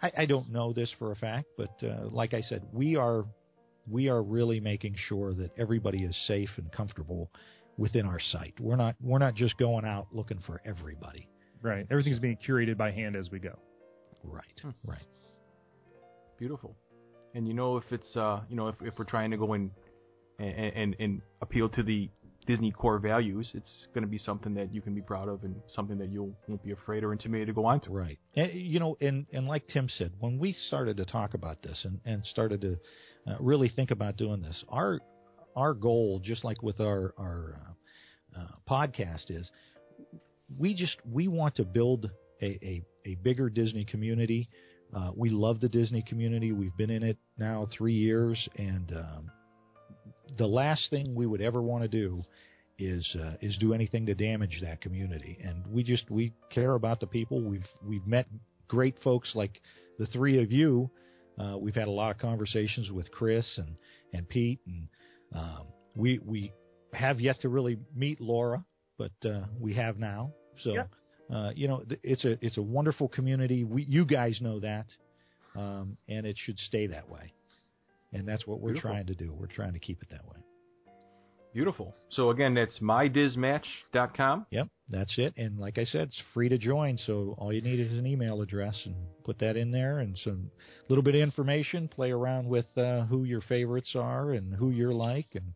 I, I don't know this for a fact but uh, like i said we are we are really making sure that everybody is safe and comfortable within our site. We're not we're not just going out looking for everybody.
Right. Everything's being curated by hand as we go.
Right.
Hmm.
Right.
Beautiful. And you know if it's uh you know if, if we're trying to go and and, and and appeal to the Disney core values, it's going to be something that you can be proud of and something that you won't be afraid or intimidated to go on to.
Right. And, you know, and, and like Tim said, when we started to talk about this and, and started to uh, really think about doing this, our our goal, just like with our our uh, uh, podcast, is we just we want to build a a, a bigger Disney community. Uh, we love the Disney community. We've been in it now three years, and um, the last thing we would ever want to do is uh, is do anything to damage that community. And we just we care about the people. We've we've met great folks like the three of you. Uh, we've had a lot of conversations with Chris and and Pete, and um, we we have yet to really meet Laura, but uh, we have now. So.
Yeah.
Uh, you know, th- it's a it's a wonderful community. We, you guys know that, um, and it should stay that way. And that's what we're
Beautiful.
trying to do. We're trying to keep it that way.
Beautiful. So again, that's mydismatch.com.
Yep, that's it. And like I said, it's free to join. So all you need is an email address and put that in there and some little bit of information. Play around with uh, who your favorites are and who you're like and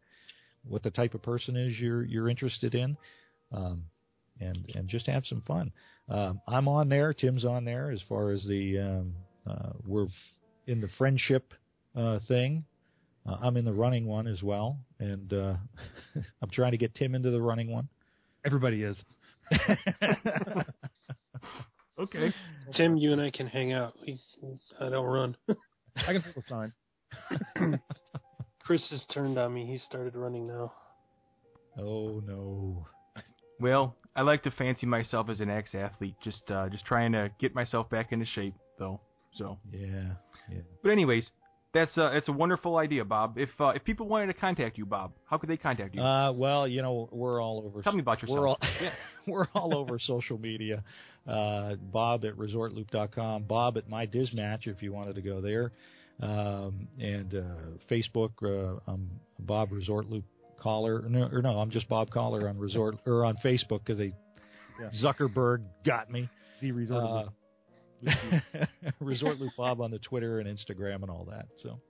what the type of person is you're you're interested in, um, and and just have some fun. Um, I'm on there. Tim's on there. As far as the um, uh, we're in the friendship uh, thing. Uh, I'm in the running one as well, and uh, I'm trying to get Tim into the running one.
Everybody is.
Okay.
Tim, you and I can hang out. We, I don't run.
I can hold a sign.
Chris has turned on me. He started running now.
oh no.
Well, I like to fancy myself as an ex-athlete. Just uh, just trying to get myself back into shape though. So,
Yeah.
but anyways, that's uh, it's a wonderful idea, Bob. If uh, if people wanted to contact you, Bob, how could they contact you?
Uh, well, you know, we're all over.
Tell me about yourself.
We're all
Yeah.
we're all over social media. Uh, Bob at resortloop.com, Bob at my dismatch if you wanted to go there, um, and uh, Facebook. Uh, I'm Bob Resort Loop Caller. No, or no, I'm just Bob Caller on Resort or on Facebook because they
Yeah.
Zuckerberg got me.
The resort. of
Uh, Resort Loop Bob on the Twitter and Instagram and all that. So.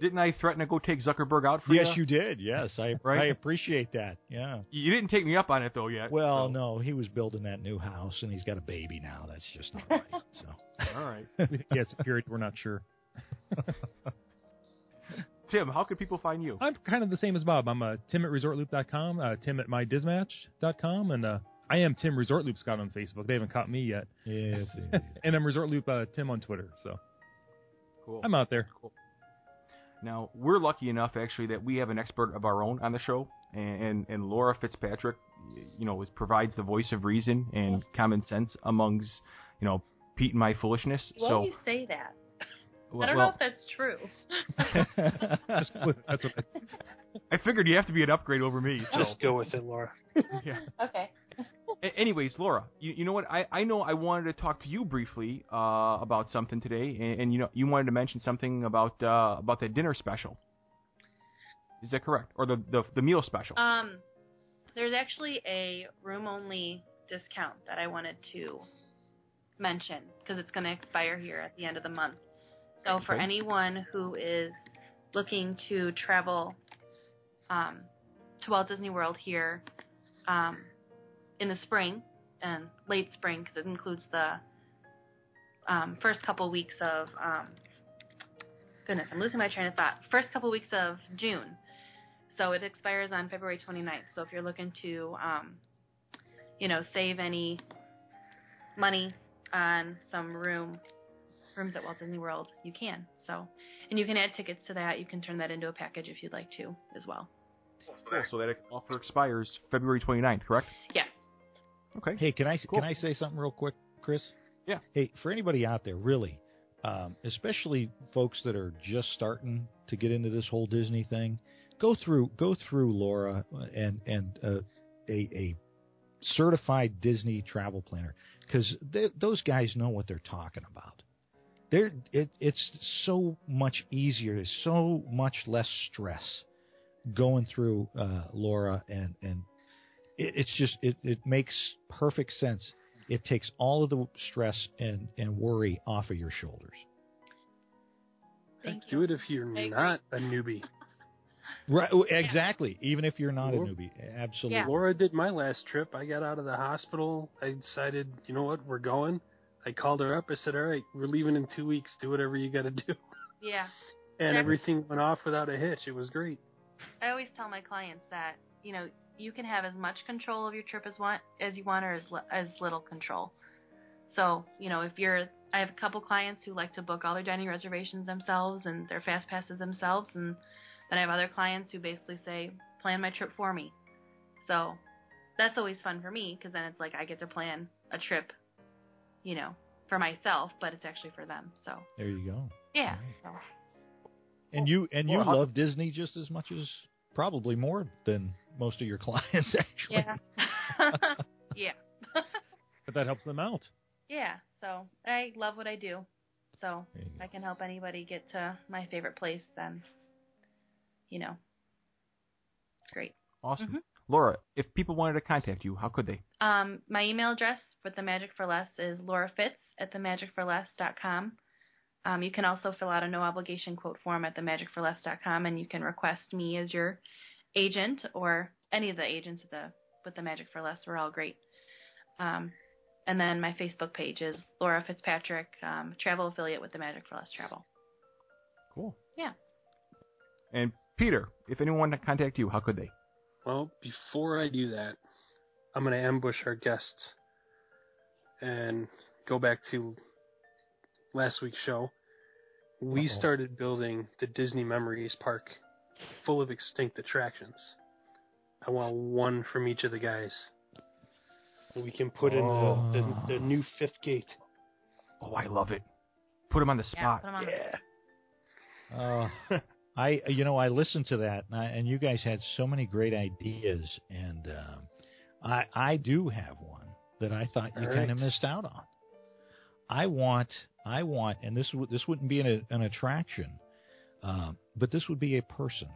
Didn't I threaten to go take Zuckerberg out for you?
Yes, you did. Yes, I
Right?
I appreciate that. Yeah.
You didn't take me up on it though yet.
Well,
so-
no, he was building that new house, and he's got a baby now. That's just not right. So
All right.
the- yeah, security. We're not sure.
Tim, how can people find you?
I'm kind of the same as Bob. I'm uh, Tim at resortloop.com, uh, Tim at mydismatch.com, and uh, I am Tim Resort Loop Scott on Facebook. They haven't caught me yet.
yes,
and I'm Resort Loop uh, Tim on Twitter. So
Cool.
I'm out there.
Now, we're lucky enough, actually, that we have an expert of our own on the show, and, and, and Laura Fitzpatrick, you know, is, provides the voice of reason and common sense amongst, you know, Pete and my foolishness.
You always say that.
so,
I don't know
well,
if that's true.
That's what I,
I figured you have to be an upgrade over me. So,
Just go with it, Laura.
yeah.
Okay.
A- anyways, Laura, you, you know what? I, I know I wanted to talk to you briefly uh, about something today, and, and you know you wanted to mention something about uh, about the dinner special. Is that correct? Or the the, the meal special?
Um, there's actually a room only discount that I wanted to mention because it's going to expire here at the end of the month. So for
Okay.
anyone who is looking to travel um, to Walt Disney World here um, in the spring and late spring, because it includes the um, first couple weeks of um, goodness, I'm losing my train of thought. First couple weeks of June. So it expires on February 29th. So if you're looking to, um, you know, save any money on some room rooms at Walt Disney World, you can. So, and you can add tickets to that. You can turn that into a package if you'd like to as well.
Cool. So that offer expires February 29th, correct?
Yes.
Okay.
Hey, can I
Cool.
can I say something real quick, Chris?
Yeah.
Hey, for anybody out there, really, um, especially folks that are just starting to get into this whole Disney thing, go through go through Laura and and uh, a a certified Disney travel planner because those guys know what they're talking about. They're, it, it's so much easier. There's so much less stress going through uh, Laura and and it, it's just it, it makes perfect sense. It takes all of the stress and, and worry off of your shoulders.
Thank
do
you.
it if you're
I agree.
not a newbie.
Right, oh, exactly. Even if you're not a
Or-
newbie, absolutely.
Yeah.
Laura did my last trip. I got out of the hospital. I decided, you know what, we're going. I called her up. I said, all right, we're leaving in two weeks. Do whatever you got to do.
Yeah.
And
Exactly.
everything went off without a hitch. It was great.
I always tell my clients that you know you can have as much control of your trip as want as you want or as li- as little control. So you know if you're I have a couple clients who like to book all their dining reservations themselves and their fast passes themselves, and then I have other clients who basically say plan my trip for me. So that's always fun for me because then it's like I get to plan a trip, you know, for myself, but it's actually for them. So
There you go.
yeah, so.
And you and you
Well, I-
love Disney just as much as probably more than most of your clients actually.
yeah,
But that helps them out.
yeah. So I love what I do. So
There you
if
go.
I can help anybody get to my favorite place, then, you know, it's great.
Awesome. Laura, if people wanted to contact you, how could they?
Um, my email address with the Magic for Less is laurafitz at themagicforless.com. Um, you can also fill out a no obligation quote form at themagicforless.com, and you can request me as your agent or any of the agents at the with the Magic for Less. We're all great. Um, and then my Facebook page is Laura Fitzpatrick, um, travel affiliate with the Magic for Less Travel.
Cool.
Yeah.
And Peter, if anyone wanted to contact you, how could they?
Well, before I do that, I'm going to ambush our guests and go back to last week's show. We
Uh-oh.
started building the Disney Memories Park full of extinct attractions. I want one from each of the guys. We can put in the,
Oh.
the, the new fifth gate.
Oh, I love it. Put them on the
Yeah,
spot.
put 'em on the-
Uh, I you know I listened to that and, I, and you guys had so many great ideas and um, I I do have one that I thought you
All
kind of
right.
missed out on. I want I want and this would this wouldn't be an, an attraction, um, but this would be a person.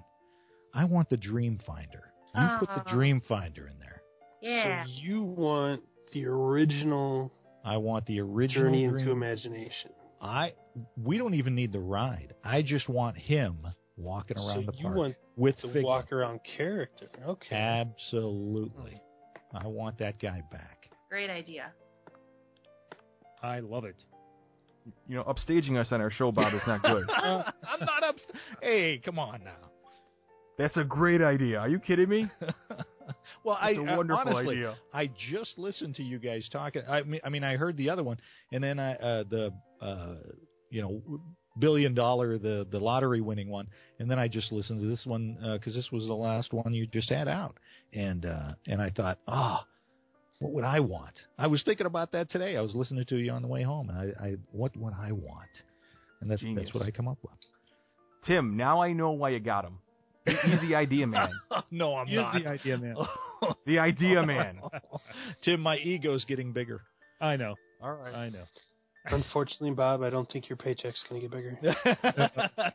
I want the Dream Finder. You put the
Oh.
Dream Finder in there.
yeah.
So you want the original
I want the original
Journey
Dream-
into Imagination.
I we don't even need the ride. I just want him walking around
so
the
you
park
want
with
the
Figment.
walk around character. Okay.
Absolutely. I want that guy back.
Great idea.
I love it.
You know, upstaging us on our show, Bob, is not good.
I'm not up. Hey, come on now.
That's a great idea. Are you kidding me?
well, I
That's a wonderful
I, honestly,
idea.
I just listened to you guys talking. I mean, I mean, I heard the other one, and then I uh, the uh, you know billion dollar the the lottery winning one, and then I just listened to this one because this was the last one you just had out, and uh, and I thought, ah, what would I want? I was thinking about that today. I was listening to you on the way home, and I, I what would I want? And that's
Genius.
that's what I come up with.
Tim, now I know why you got him. He's the idea man.
no, I'm
Here's the idea, man.
not.
The idea man.
Tim, my ego's getting bigger.
I know.
All right.
I know.
Unfortunately, Bob, I don't think your paycheck's going to get bigger.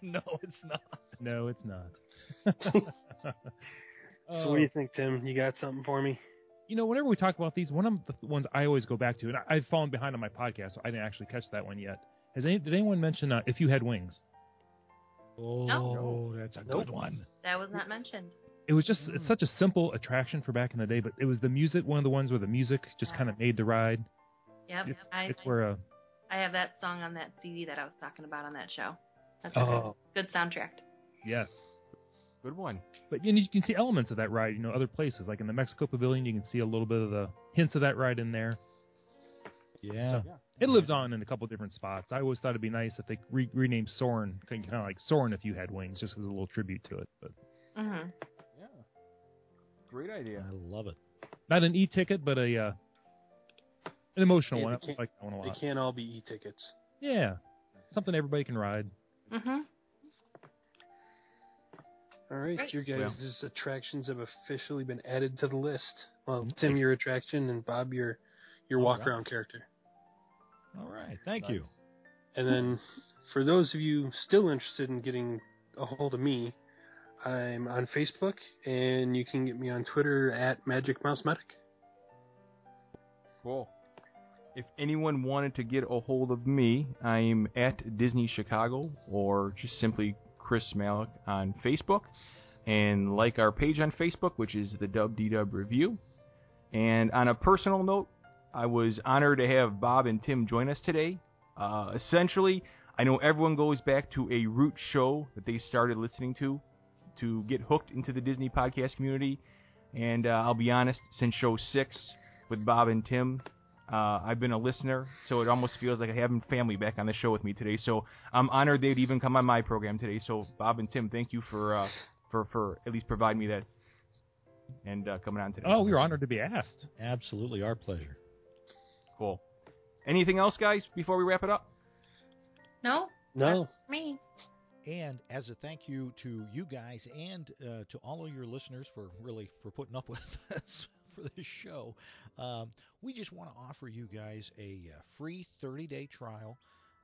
no, it's not.
No, it's not.
So, what do you think, Tim? You got something for me?
you know, whenever we talk about these, one of the ones I always go back to, and I, I've fallen behind on my podcast, so I didn't actually catch that one yet. Has any, did anyone mention uh, if you had wings?
Oh,
No.
that's a
Nope.
good one.
That was not mentioned.
It was just
Mm.
it's such a simple attraction for back in the day, but it was the music, one of the ones where the music just kind of made the ride.
Yep.
It's,
I,
it's where uh,
I have that song on that CD that I was talking about on that show. That's
Oh.
a good, good soundtrack.
yes,
Good one.
but you, know, you can see elements of that ride, you know, other places like in the Mexico Pavilion, you can see a little bit of the hints of that ride in there.
Yeah.
Yeah.
It lives on in a couple different spots. I always thought it'd be nice if they re- renamed Soren, kind of like Soren if you had wings, just as a little tribute to it. But
Mm-hmm.
Yeah. Great idea.
I love it.
not an e-ticket, but a uh, an emotional
Yeah,
one.
they
I like that one a
They
lot.
can't all be e-tickets.
Yeah, something everybody can ride.
Mm-hmm.
All right,
Great.
your
Yeah.
guys' attractions have officially been added to the list. Well, Tim, your attraction, and Bob, your your
All
walk
right.
around character.
All right. Thank you.
And then, for those of you still interested in getting a hold of me, I'm on Facebook, and you can get me on Twitter at Magic Mouse Medic.
Cool. If anyone wanted to get a hold of me, I'm at Disney Chicago or just simply Chris Malik on Facebook. And like our page on Facebook, which is the Dub D Dub Review. And on a personal note, I was honored to have Bob and Tim join us today. Uh, essentially, I know everyone goes back to a root show that they started listening to to get hooked into the Disney podcast community. And uh, I'll be honest, since show six with Bob and Tim, uh, I've been a listener, so it almost feels like I have family back on the show with me today. So I'm honored they'd even come on my program today. So Bob and Tim, thank you for uh, for for at least providing me that and uh, coming on today.
Oh, we were honored to be asked.
Absolutely our pleasure.
Cool. Anything else, guys, before we wrap it up?
No,
No,
me.
And as a thank you to you guys and uh, to all of your listeners for really for putting up with us for this show, um, we just want to offer you guys a uh, free 30-day trial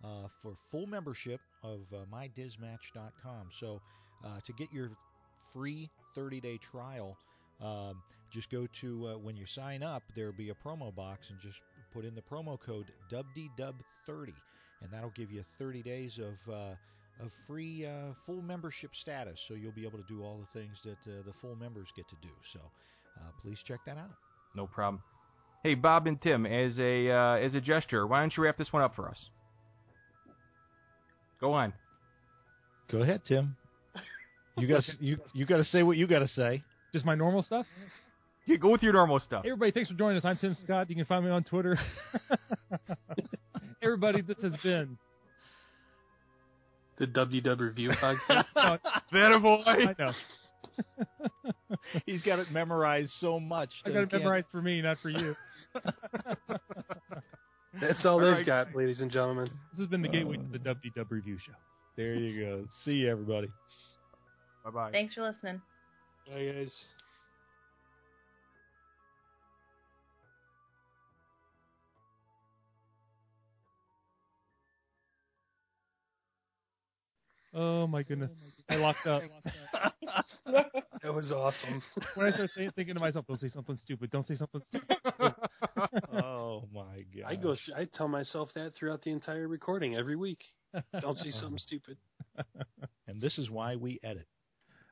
uh, for full membership of uh, mydismatch.com. So uh, to get your free 30-day trial, um, just go to uh, when you sign up, there'll be a promo box and just put in the promo code WDDub30, and that'll give you 30 days of uh, a free uh, full membership status, so you'll be able to do all the things that uh, the full members get to do. So uh, please check that out.
No problem. Hey, Bob and Tim, as a uh, as a gesture, why don't you wrap this one up for us? Go on.
Go ahead, Tim. You got you you got to say what you got to say.
Just my normal stuff.
Yeah, go with your normal stuff.
Hey, everybody, thanks for joining us. I'm Tim Scott. You can find me on Twitter. everybody, this has been
the WW Review podcast.
Better
I
boy.
know.
He's got it memorized so much.
I
that
got
he
it
can't-
memorized for me, not for you.
That's all
All
they've
right.
got, ladies and gentlemen.
This has been the gateway to the WW Review Show.
There you go. See you, everybody.
Bye bye.
Thanks for listening.
Bye, guys.
Oh my goodness, I locked up.
That was awesome.
when I start saying, thinking to myself, "Don't say something stupid. Don't say something stupid."
oh my god.
I go. I tell myself that throughout the entire recording every week. Don't say something stupid.
And this is why we edit.